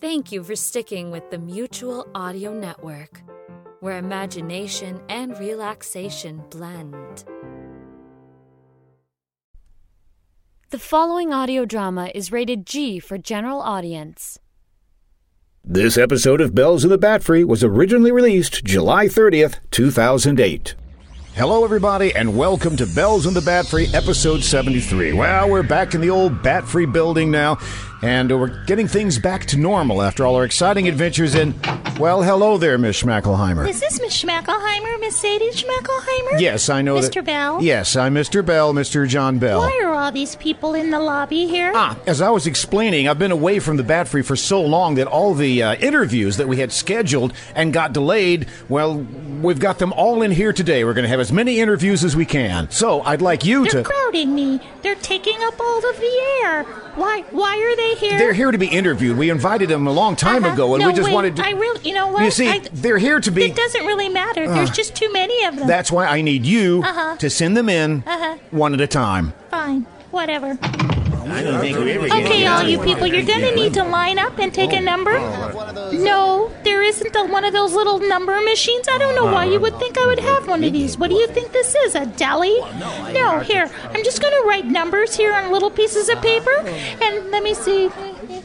Thank you for sticking with the Mutual Audio Network, where imagination and relaxation blend. The following audio drama is rated G for general audience. This episode of Bells of the Bat Free was originally released July 30th, 2008. Hello, everybody, and welcome to Bells and the Bat Free, episode 73. Well, we're back in the old Bat Free building now, and we're getting things back to normal after all our exciting adventures in. Well, hello there, Miss Schmackelheimer. Is this Miss Schmackelheimer, Miss Sadie Schmackelheimer? yes, I know Mr. that. Bell? Yes, I'm Mr. Bell, Mr. John Bell. Why are all these people in the lobby here? Ah, as I was explaining, I've been away from the Bat Free for so long that all the uh, interviews that we had scheduled and got delayed, well, we've got them all in here today. We're going to have as many interviews as we can. So I'd like you to. They're crowding me. They're taking up all of the air. Why why are they here? They're here to be interviewed. We invited them a long time Uh-huh. ago, and No, we just wait, wanted to. I really, you know what? You see, I- they're here to be. Ah. It doesn't really matter. There's just too many of them. That's why I need you Uh-huh. to send them in one at a time. Fine. Whatever. I don't think we ever get Okay, to all that. you people, you're gonna need to line up and take a number. No, there isn't the, one of those little number machines. I don't know why you would think I would have one of these. What do you think this is, a deli? No, here, I'm just gonna write numbers here on little pieces of paper, and let me see.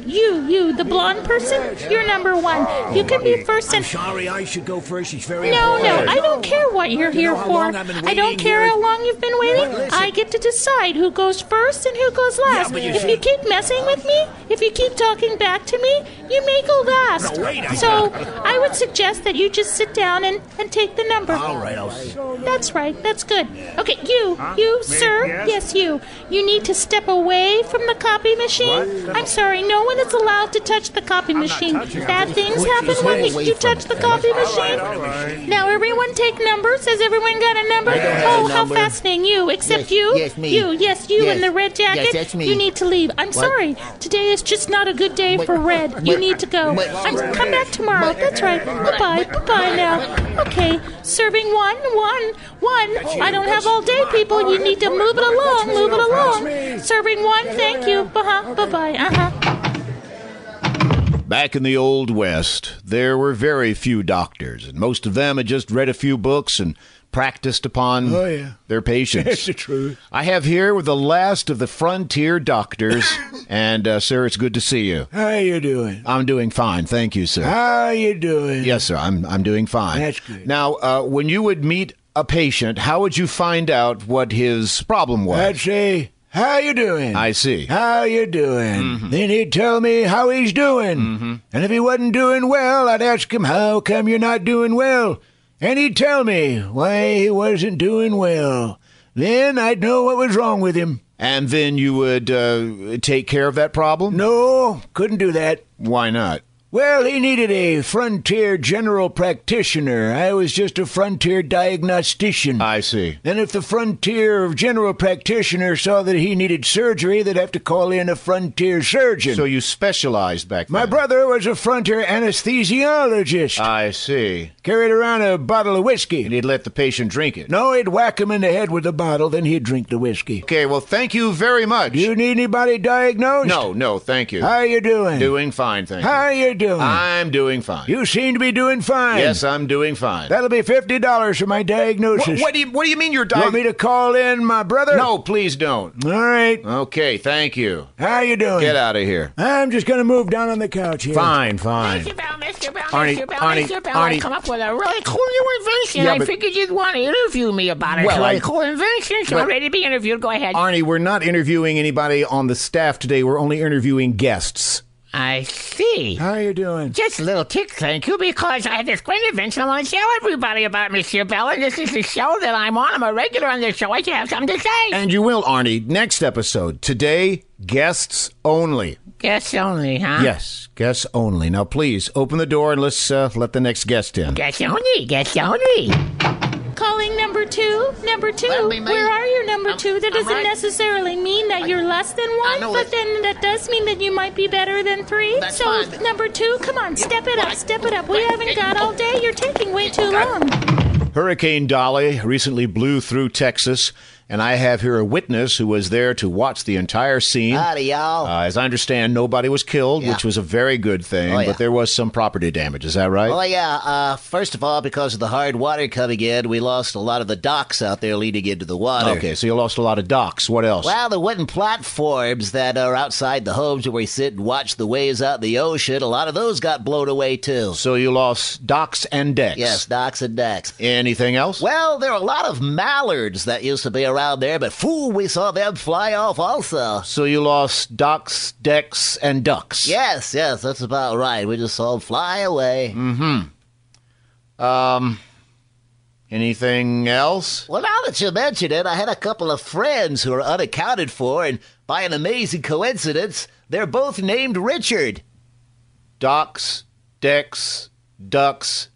You, you, the blonde person, you're number one. You can be first and. Sorry, I should go first. It's very No, no, important. I don't care what you're You here know how for. long I've been I don't waiting care here? how long you've been Well, waiting. listen. I get to decide who goes first and who goes last. but you If see- you keep messing with me, if you keep talking back to me, you may go last. No, wait, I- So I would suggest that you just sit down and, and take the number. All right, I'll s- That's right. That's good. Okay, you, you, sir. Yes? you. You need to step away from the copy machine. I'm sorry, no one is allowed to touch the copy machine. Bad things happen when you, you touch the copy machine. Now everyone take numbers. Has everyone got a number? have a oh, how number. fascinating! You, Yes, except you, yes, me. you, yes, you Yes. in the red jacket. Yes, that's me. You need to leave. I'm sorry. Today is just not a good day for red. you but- need to go. but- I'm, come back tomorrow. That's right. Goodbye. Goodbye now. Okay. Serving one, one, one. I don't have all day, people. You need to move it along. Move it along. Serving one. Thank you. Uh-huh. Bye bye. Uh huh. Back in the Old West, there were very few doctors, and most of them had just read a few books and practiced upon Oh, yeah. their patients. That's the truth. I have here with the last of the frontier doctors, and uh, sir, it's good to see you. How you doing? I'm doing fine, thank you, sir. How you doing? yes, sir, I'm I'm doing fine. That's good. Now, uh, when you would meet a patient, how would you find out what his problem was? I'd say, how you doing? I Mm-hmm. see. How you doing? Then he'd tell me how he's doing. Mm-hmm. And if he wasn't doing well, I'd ask him, how come you're not doing well? And he'd tell me why he wasn't doing well. Then I'd know what was wrong with him. and then you would uh, take care of that problem. No, couldn't do that. why not? Well, he needed a frontier general practitioner. I was just a frontier diagnostician. I see. Then, if the frontier general practitioner saw that he needed surgery, they'd have to call in a frontier surgeon. So you specialized back then. My brother was a frontier anesthesiologist. I see. Carried around a bottle of whiskey. Ah. And he'd let the patient drink it. No, he'd whack him in the head with the bottle, then he'd drink the whiskey. Okay, well, thank you very much. You need anybody diagnosed? no, no, thank you. How you doing? doing fine, thank you. How you doing? I'm doing fine. You seem to be doing fine. yes, I'm doing fine. That'll be fifty dollars for my Wha- diagnosis. what, do you What do you mean you're You dying? want me to call in my brother? no, please don't. All right. Okay, thank you. How you doing? Get out of here. I'm just gonna move down on the couch here. Fine, fine. Mr. Bell, Mr. Bell, Arnie, Mr. Bell, Arnie, Mr. Bell, Arnie. I come up with a really cool new invention. Yeah, I but- figured you'd want to interview me about it. Well, it's a really I- cool invention. It's but- already being interviewed. Go ahead. Arnie, we're not interviewing anybody on the staff today. We're only interviewing guests. I see. How you doing? Just a little tick, thank you, because I had this great invention I want to tell everybody about, Mr. Bell, and this is the show that I'm on. I'm a regular on this show. I should have something to say. And you will, Arnie. Next episode. Today, guests only. Guess only, huh? Yes, guests only. Now, please open the door and let's uh, let the next guest in. Guess only, guess only. Calling number two. Number two. Where are you, number two? That doesn't necessarily mean that you're less than one, but then that does mean that you might be better than three. so, number two, come on, step it up, step it up. We haven't got all day. You're taking way too long. Hurricane Dolly recently blew through Texas, And I have here a witness who was there to watch the entire scene. Howdy, y'all. Uh, as I understand, nobody was killed, Yeah. which was a very good thing, Oh, yeah. but there was some property damage. Is that right? Oh yeah. Uh, first of all, because of the hard water coming in, we lost a lot of the docks out there leading into the water. Okay, so you lost a lot of docks. What else? Well, the wooden platforms that are outside the homes where we sit and watch the waves out in uh, the ocean, a lot of those got blown away too. so you lost docks and decks. Yes, docks and decks. Anything else? Well, there are a lot of mallards that used to be around there, but fool, we saw them fly off also. so you lost docks, decks, and ducks. Yes, yes, that's about right. We just saw them fly away. Mm-hmm. Um, Anything else? Well, now that you mention it, I had a couple of friends who are unaccounted for, and by an amazing coincidence, they're both named Richard. Docks, decks, ducks.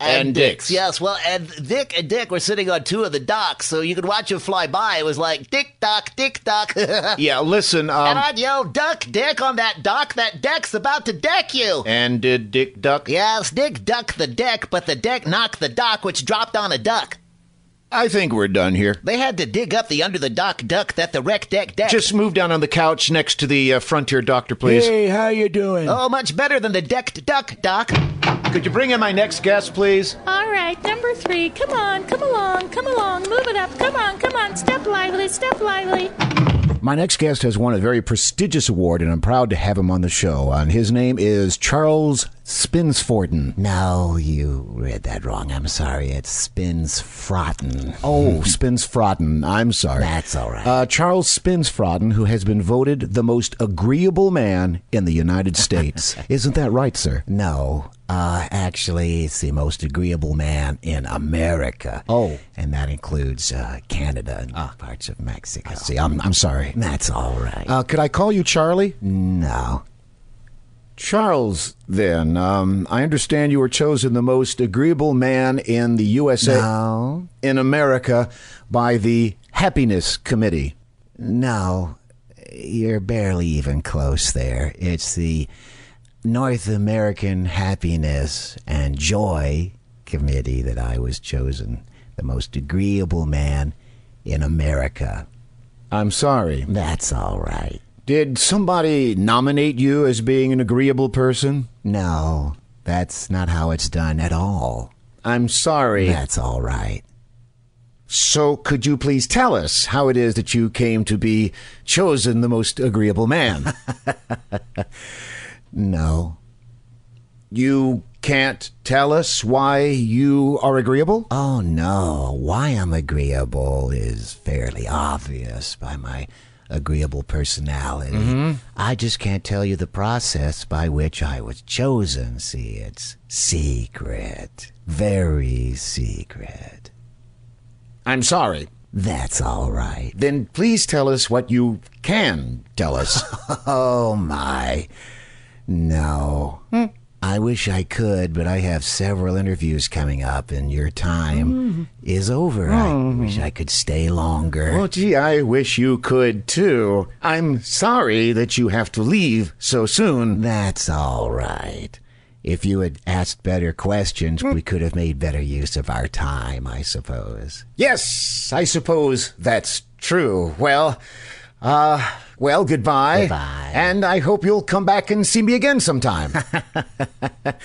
And dicks. Yes, well, and Dick and Dick were sitting on two of the docks, so you could watch them fly by. It was like, dick, dock, dick, dock. and Yeah, listen, um, I'd yell, duck, dick, on that dock. That deck's about to deck you. and did Dick Duck? Yes, Dick ducked the deck, but the deck knocked the dock, which dropped on a duck. I think we're done here. They had to dig up the under the dock duck that the wreck deck decked. Just move down on the couch next to the uh, frontier doctor, please. Hey, how you doing? Oh, much better than the decked duck, Doc. Could you bring in my next guest, please? All right, number three. Come on, come along, come along. Move it up. Come on, come on. Step lively, step lively. My next guest has won a very prestigious award, and I'm proud to have him on the show. Uh, And his name is Charles Spinsforden. No, you read that wrong. I'm sorry. It's Spins Frotten. Oh, Spinsfroden. I'm sorry. That's all right. Uh, Charles Spinsfroden, who has been voted the most agreeable man in the United States. Isn't that right, sir? No, uh, actually, it's the most agreeable man in America. Oh. Ah. And that includes uh, Canada and parts of Mexico. See, I'm, I'm sorry. That's all right. Uh, could I call you Charlie? no. Charles, then, um, I understand you were chosen the most agreeable man in the USA, No. in America, by the Happiness Committee. No. You're barely even close there. It's the North American Happiness and Joy Committee that I was chosen the most agreeable man in America. I'm sorry. That's all right. Did somebody nominate you as being an agreeable person? No, that's not how it's done at all. I'm sorry. That's all right. So, could you please tell us how it is that you came to be chosen the most agreeable man? No. you can't tell us why you are agreeable? Oh no, why I'm agreeable is fairly obvious by my agreeable personality. Mm-hmm. I just can't tell you the process by which I was chosen. See, it's secret. Very secret. I'm sorry. That's all right. Then please tell us what you can tell us. Oh my. No. I wish I could, but I have several interviews coming up, and your Mm-hmm. time is over. I wish I could stay longer. well, gee, I wish you could too. I'm sorry that you have to leave so soon. That's all right. If you had asked better questions, Hmm. we could have made better use of our time, I suppose. Yes, I suppose that's true. Well, uh, well, goodbye. Goodbye. And I hope you'll come back and see me again sometime.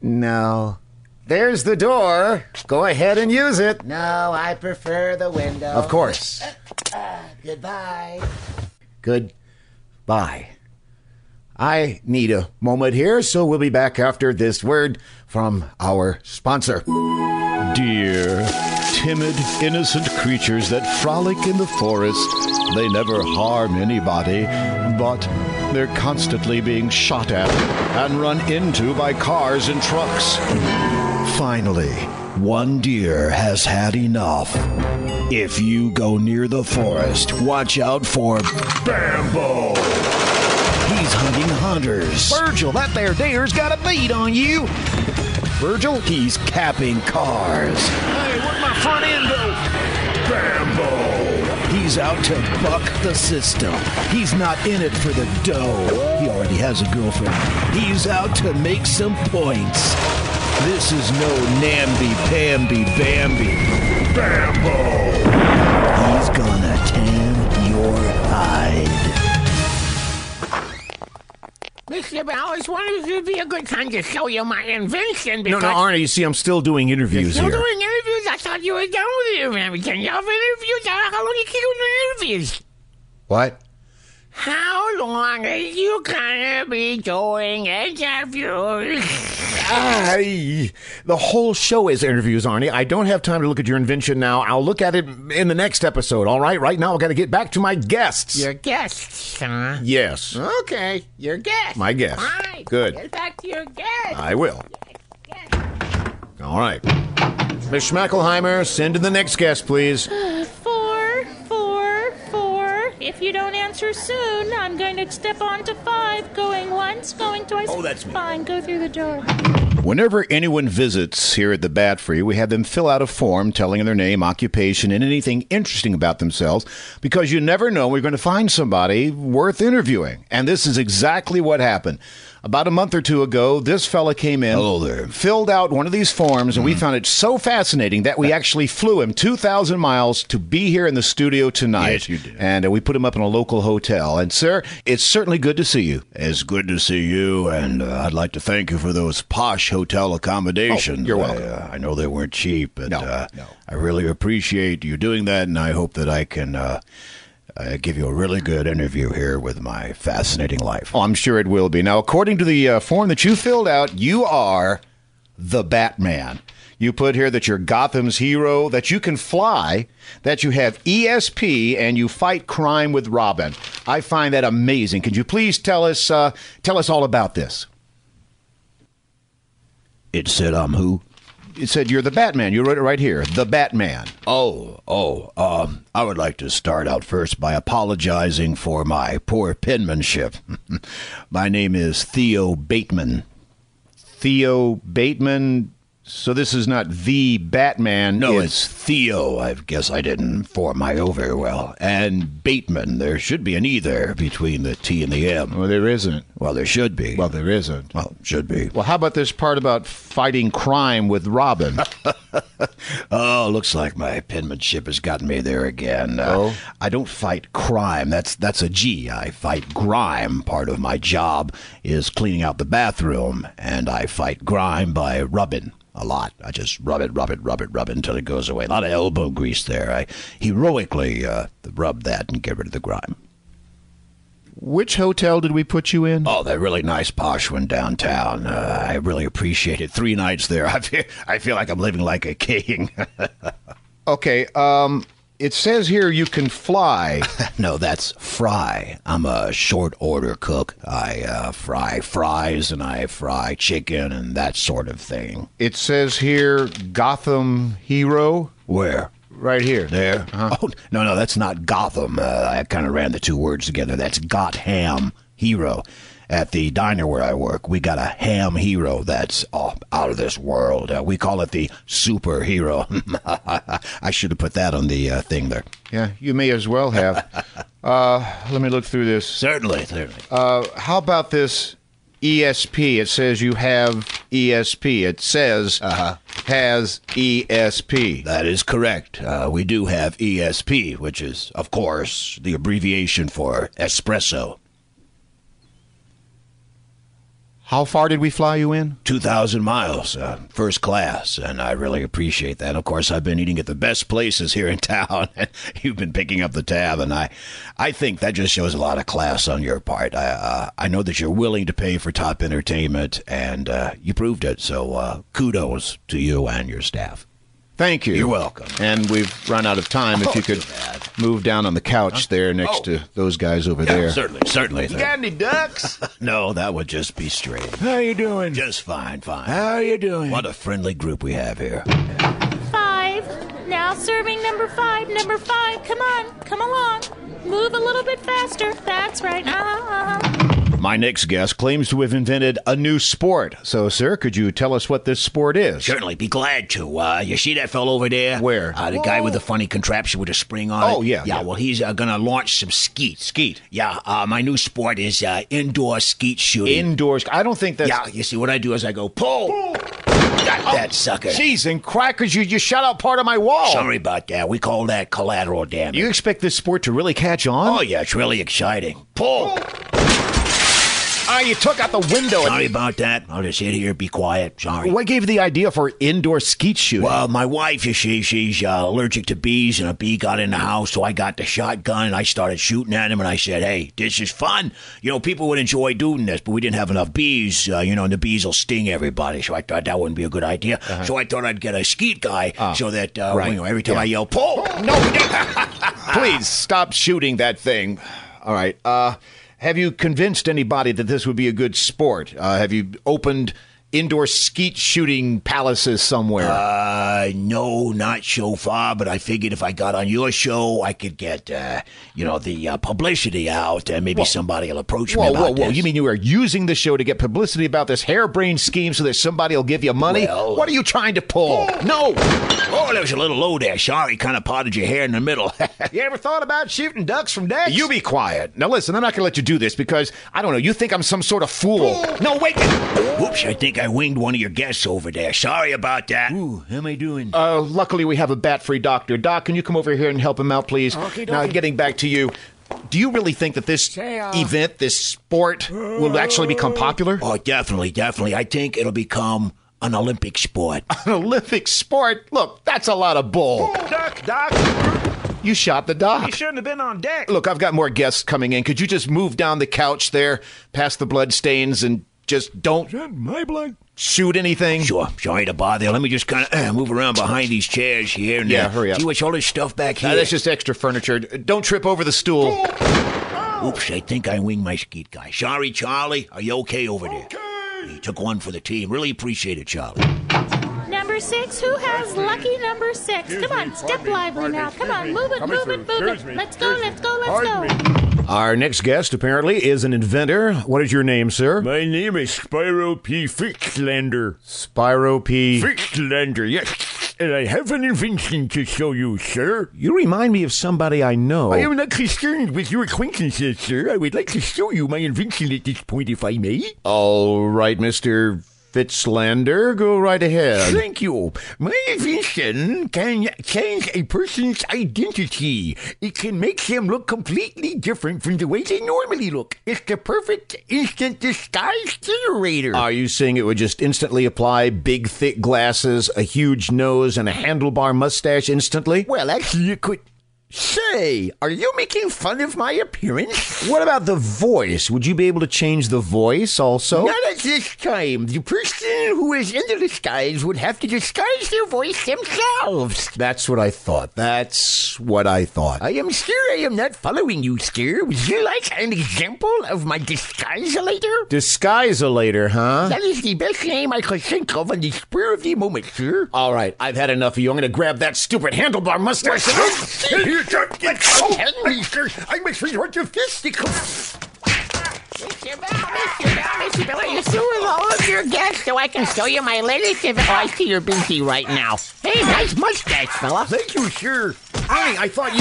No. There's the door. Go ahead and use it. No, I prefer the window. Of course. Oh. Goodbye. Goodbye. I need a moment here, so we'll be back after this word from our sponsor. Dear, timid, innocent creatures that frolic in the forest. They never harm anybody, but they're constantly being shot at and run into by cars and trucks. Finally, one deer has had enough. If you go near the forest, watch out for Bambo. He's hunting hunters. Virgil, that there deer's got a bead on you. Virgil, he's capping cars. Hey, where'd my front end go? Bambo! He's out to buck the system. He's not in it for the dough. He already has a girlfriend. He's out to make some points. This is no namby pamby Bambi. Bambo! is gonna tan your hide. Mr. Bell, it's wanted to be a good time to show you my invention No, because no, Arnie, you see, I'm still doing interviews you're here. doing interviews. I thought you were done with your everything. You have interviews. How long you keep doing interviews? What? How long are you gonna be doing interviews? I, the whole show is interviews, Arnie. I don't have time to look at your invention now. I'll look at it in the next episode, all right? Right now, I've got to get back to my guests. Your guests, huh? Yes. Okay, your guests. My guests. Fine. Good. Get back to your guests. I will. All right. Miss Schmackelheimer, send in the next guest, please. Four, four, four. If you don't answer soon, I'm going to step on to five. Going once, going twice. Oh, that's me. Fine, go through the door. Whenever anyone visits here at the Bat Free, we have them fill out a form telling their name, occupation, and anything interesting about themselves because you never know we're going to find somebody worth interviewing. And this is exactly what happened. About a month or two ago, this fella came in, filled out one of these forms, and we Mm. found it so fascinating that we actually flew him 2,000 miles to be here in the studio Yes, tonight. you did. And uh, we put him up in a local hotel. And, sir, it's certainly good to see you. It's good to see you, and uh, I'd like to thank you for those posh hotel accommodations. Oh, you're welcome. I, uh, I know they weren't cheap, but No, uh, no. I really appreciate you doing that, and I hope that I can uh, uh, give you a really good interview here with my fascinating life. Oh, I'm sure it will be. Now, according to the uh, form that you filled out, you are the Batman. You put here that you're Gotham's hero, that you can fly, that you have ESP, and you fight crime with Robin. I find that amazing. Could you please tell us uh, tell us all about this? It said I'm who? It said you're the Batman. You wrote it right here, the Batman. Oh, oh, um, I would like to start out first by apologizing for my poor penmanship. my name is Theo Bateman. Theo Bateman. So this is not the Batman. No, it's Theo. I guess I didn't form my O very well. And Bateman. There should be an E there between the T and the M. Well, there isn't. Well, there should be. Well, there isn't. well should be. Well, how about this part about fighting crime with Robin? Oh, looks like my penmanship has gotten me there again. Uh, Oh? I don't fight crime. That's that's a G. I fight grime. Part of my job is cleaning out the bathroom, and I fight grime by rubbing a lot. I just rub it, rub it, rub it, rub it until it goes away. A lot of elbow grease there. I heroically uh, rub that and get rid of the grime. Which hotel did we put you in? Oh, that really nice posh one downtown. Uh, I really appreciate it. Three nights there. I feel, I feel like I'm living like a king. Okay, um, it says here you can fly. No, that's fry. I'm a short order cook. I uh, fry fries and I fry chicken and that sort of thing. it says here Gotham hero Where? right here. There? Oh, no, no, that's not Gotham. Uh, I kind of ran the two words together. That's got ham hero. At the diner where I work, we got a ham hero that's oh, out of this world. Uh, we call it the superhero. I should have put that on the uh, thing there. Yeah, you may as well have. uh, let me look through this. Uh, Certainly, certainly. How about this ESP? It says you have ESP. It says Uh-huh. has E ESP. That is correct. Uh, we do have ESP, which is, of course, the abbreviation for espresso. How far did we fly you in? 2,000 miles, uh, first class, and I really appreciate that. Of course, I've been eating at the best places here in town. You've been picking up the tab, and I, I think that just shows a lot of class on your part. I, uh, I know that you're willing to pay for top entertainment, and uh, you proved it. So, uh, kudos to you and your staff. Thank you. You're welcome. Oh, And we've run out of time. if you could move down on the couch there next to those guys over there. Certainly, certainly. You got any ducks? no, that would just be strange. How you doing? Just fine, fine. How you doing? What a friendly group we have here. Five. Now serving number five. Number five. Come on. Come along. Move a little bit faster. That's right. Uh-huh, uh-huh. My next guest claims to have invented a new sport. So, sir, could you tell us what this sport is? Certainly be glad to. Uh, you see that fellow over there? Where? Uh, the guy with the funny contraption with a spring on it. Oh, yeah, Yeah, yeah. well, he's uh, going to launch some skeet. Skeet. Yeah, uh, my new sport is uh, indoor skeet shooting. Indoors. I don't think that's. yeah, you see, what I do is I go pull. Got that sucker. Cheese and crackers, you just shot out part of my wall. Sorry about that. We call that collateral damage. You expect this sport to really catch on? Oh, yeah, it's really exciting. Pull. Ah, you took out the window. Sorry about that. I'll just sit here, be quiet. Sorry. What gave you the idea for indoor skeet shooting? Well, my wife, you see, she's uh, allergic to bees, and a bee got in the house, so I got the shotgun and I started shooting at him. And I said, "Hey, this is fun. You know, people would enjoy doing this, but we didn't have enough bees. Uh, you know, and the bees will sting everybody. So I thought that wouldn't be a good idea. So I thought I'd get a skeet guy, so that uh, Uh-huh. Ah. right. Oh, you know, every time I yell, pull, no, Please stop shooting that thing. All right. Uh, have you convinced anybody that this would be a good sport? Uh, have you opened indoor skeet shooting palaces somewhere? Uh, no, not so far, but I figured if I got on your show, I could get, uh, you know, the uh, publicity out, and maybe somebody will approach whoa, me about whoa, whoa! this. You mean you are using the show to get publicity about this harebrained scheme so that somebody will give you money? Well- what are you trying to pull? No! Oh, that was a little low there. Sorry, kind of potted your hair in the middle. You ever thought about shooting ducks from decks? You be quiet. Now listen, I'm not going to let you do this because I don't know. You think I'm some sort of fool? no, wait! Whoops, I think I winged one of your guests over there. Sorry about that. Ooh, how am I doing? Uh, luckily, we have a bat-free doctor. Doc, can you come over here and help him out, please? Now, getting back to you, do you really think that this event, this sport, will actually become popular? oh, definitely, definitely. I think it'll become an Olympic sport. An Olympic sport? Look, that's a lot of bull. Duck, doc. You shot the doc. You shouldn't have been on deck. Look, I've got more guests coming in. Could you just move down the couch there, past the blood stains, and just don't My blood. shoot anything? Sure. Sorry to bother you. Let me just kind of uh, move around behind these chairs here. And, Yeah, uh, hurry up. See what's all this stuff back here? Uh, that's just extra furniture. Don't trip over the stool. Oops, I think I winged my skeet guy. Sorry, Charlie. Are you okay over there? Okay. He took one for the team. Really appreciate it, Charlie. Number six, who has lucky number six? Come on, step lively now. Come on, move it, move it, move it. Let's go, let's go, let's go. Our next guest, apparently, is an inventor. What is your name, sir? My name is Spyro P. Fixlander. Spyro P. Fixlander, yes. And I have an invention to show you, sir. You remind me of somebody I know. I am not concerned with your acquaintances, sir. I would like to show you my invention at this point, if I may. All right, Mr. Fitzlander, go right ahead. Thank you. My invention can change a person's identity. It can make them look completely different from the way they normally look. It's the perfect instant disguise generator. Are you saying it would just instantly apply big, thick glasses, a huge nose, and a handlebar mustache instantly? Well, actually, you could. Say, are you making fun of my appearance? What about the voice? Would you be able to change the voice also? Not at this time. The person who is in the disguise would have to disguise their voice themselves. That's what I thought. That's what I thought. I am sure I am not following you, sir. Would you like an example of my disguise later? Disguise a later, huh? That is the best name I could think of on the spur of the moment, sir. All right, I've had enough of you. I'm going to grab that stupid handlebar mustache. Tell me, sir. I must resort to fisticuffs. Mr. Bell, Mr. Bell, Mr. Bell, are you through with all of your guests so I can show you my latest inv- Oh, I see you're busy right now. Hey, nice mustache, fella. Thank you, sir. Hey, I thought you.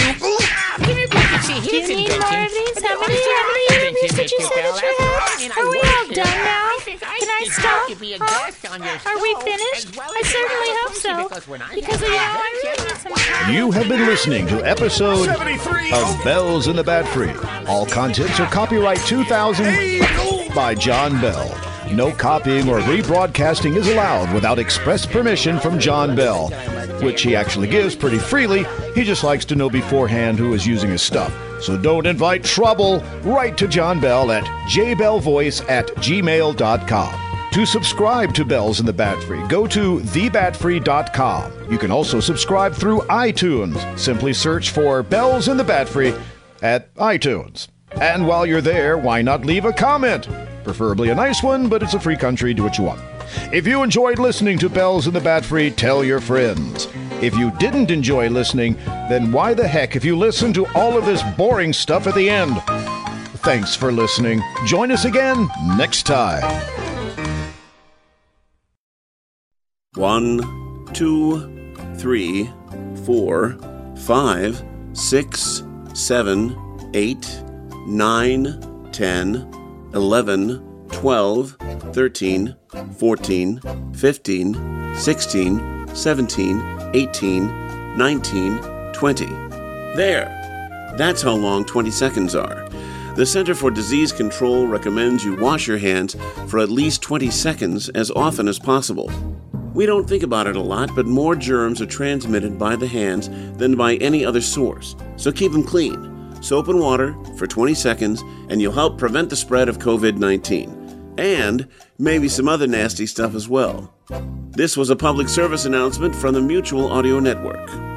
Give me back. See, Do you here's need invention. more of these? How No, many, sir, how many interviews invention, did you Mr. say Bell. that you After had? all, I mean, Are we work all here. done now? I think Can I deserve stop? to be a Huh? guest on your Are we show, finished? as well I as certainly another hope person, so. because when I Because, have you know, an I invention, really need some time. You have been listening to episode of Bells in the Bat Free. All contents are copyright 2000 by John Bell. No copying or rebroadcasting is allowed without express permission from John Bell, which he actually gives pretty freely. He just likes to know beforehand who is using his stuff. So don't invite trouble. Write to John Bell at jbellvoice at gmail.com. To subscribe to Bells in the Bat Free, go to thebatfree.com. You can also subscribe through iTunes. Simply search for Bells in the Bat Free at iTunes. And while you're there, why not leave a comment? Preferably a nice one, but it's a free country, do what you want. If you enjoyed listening to Bells in the Bat Free, tell your friends. If you didn't enjoy listening, then why the heck if you listen to all of this boring stuff at the end? Thanks for listening. Join us again next time. One, two, three, four, five, six, seven, eight, nine, ten, eleven, twelve. 12, 13, 14, 15, 16, 17, 18, 19, 20. There! That's how long 20 seconds are. The Center for Disease Control recommends you wash your hands for at least 20 seconds as often as possible. We don't think about it a lot, but more germs are transmitted by the hands than by any other source, so keep them clean. Soap and water for 20 seconds, and you'll help prevent the spread of COVID 19. And maybe some other nasty stuff as well. This was a public service announcement from the Mutual Audio Network.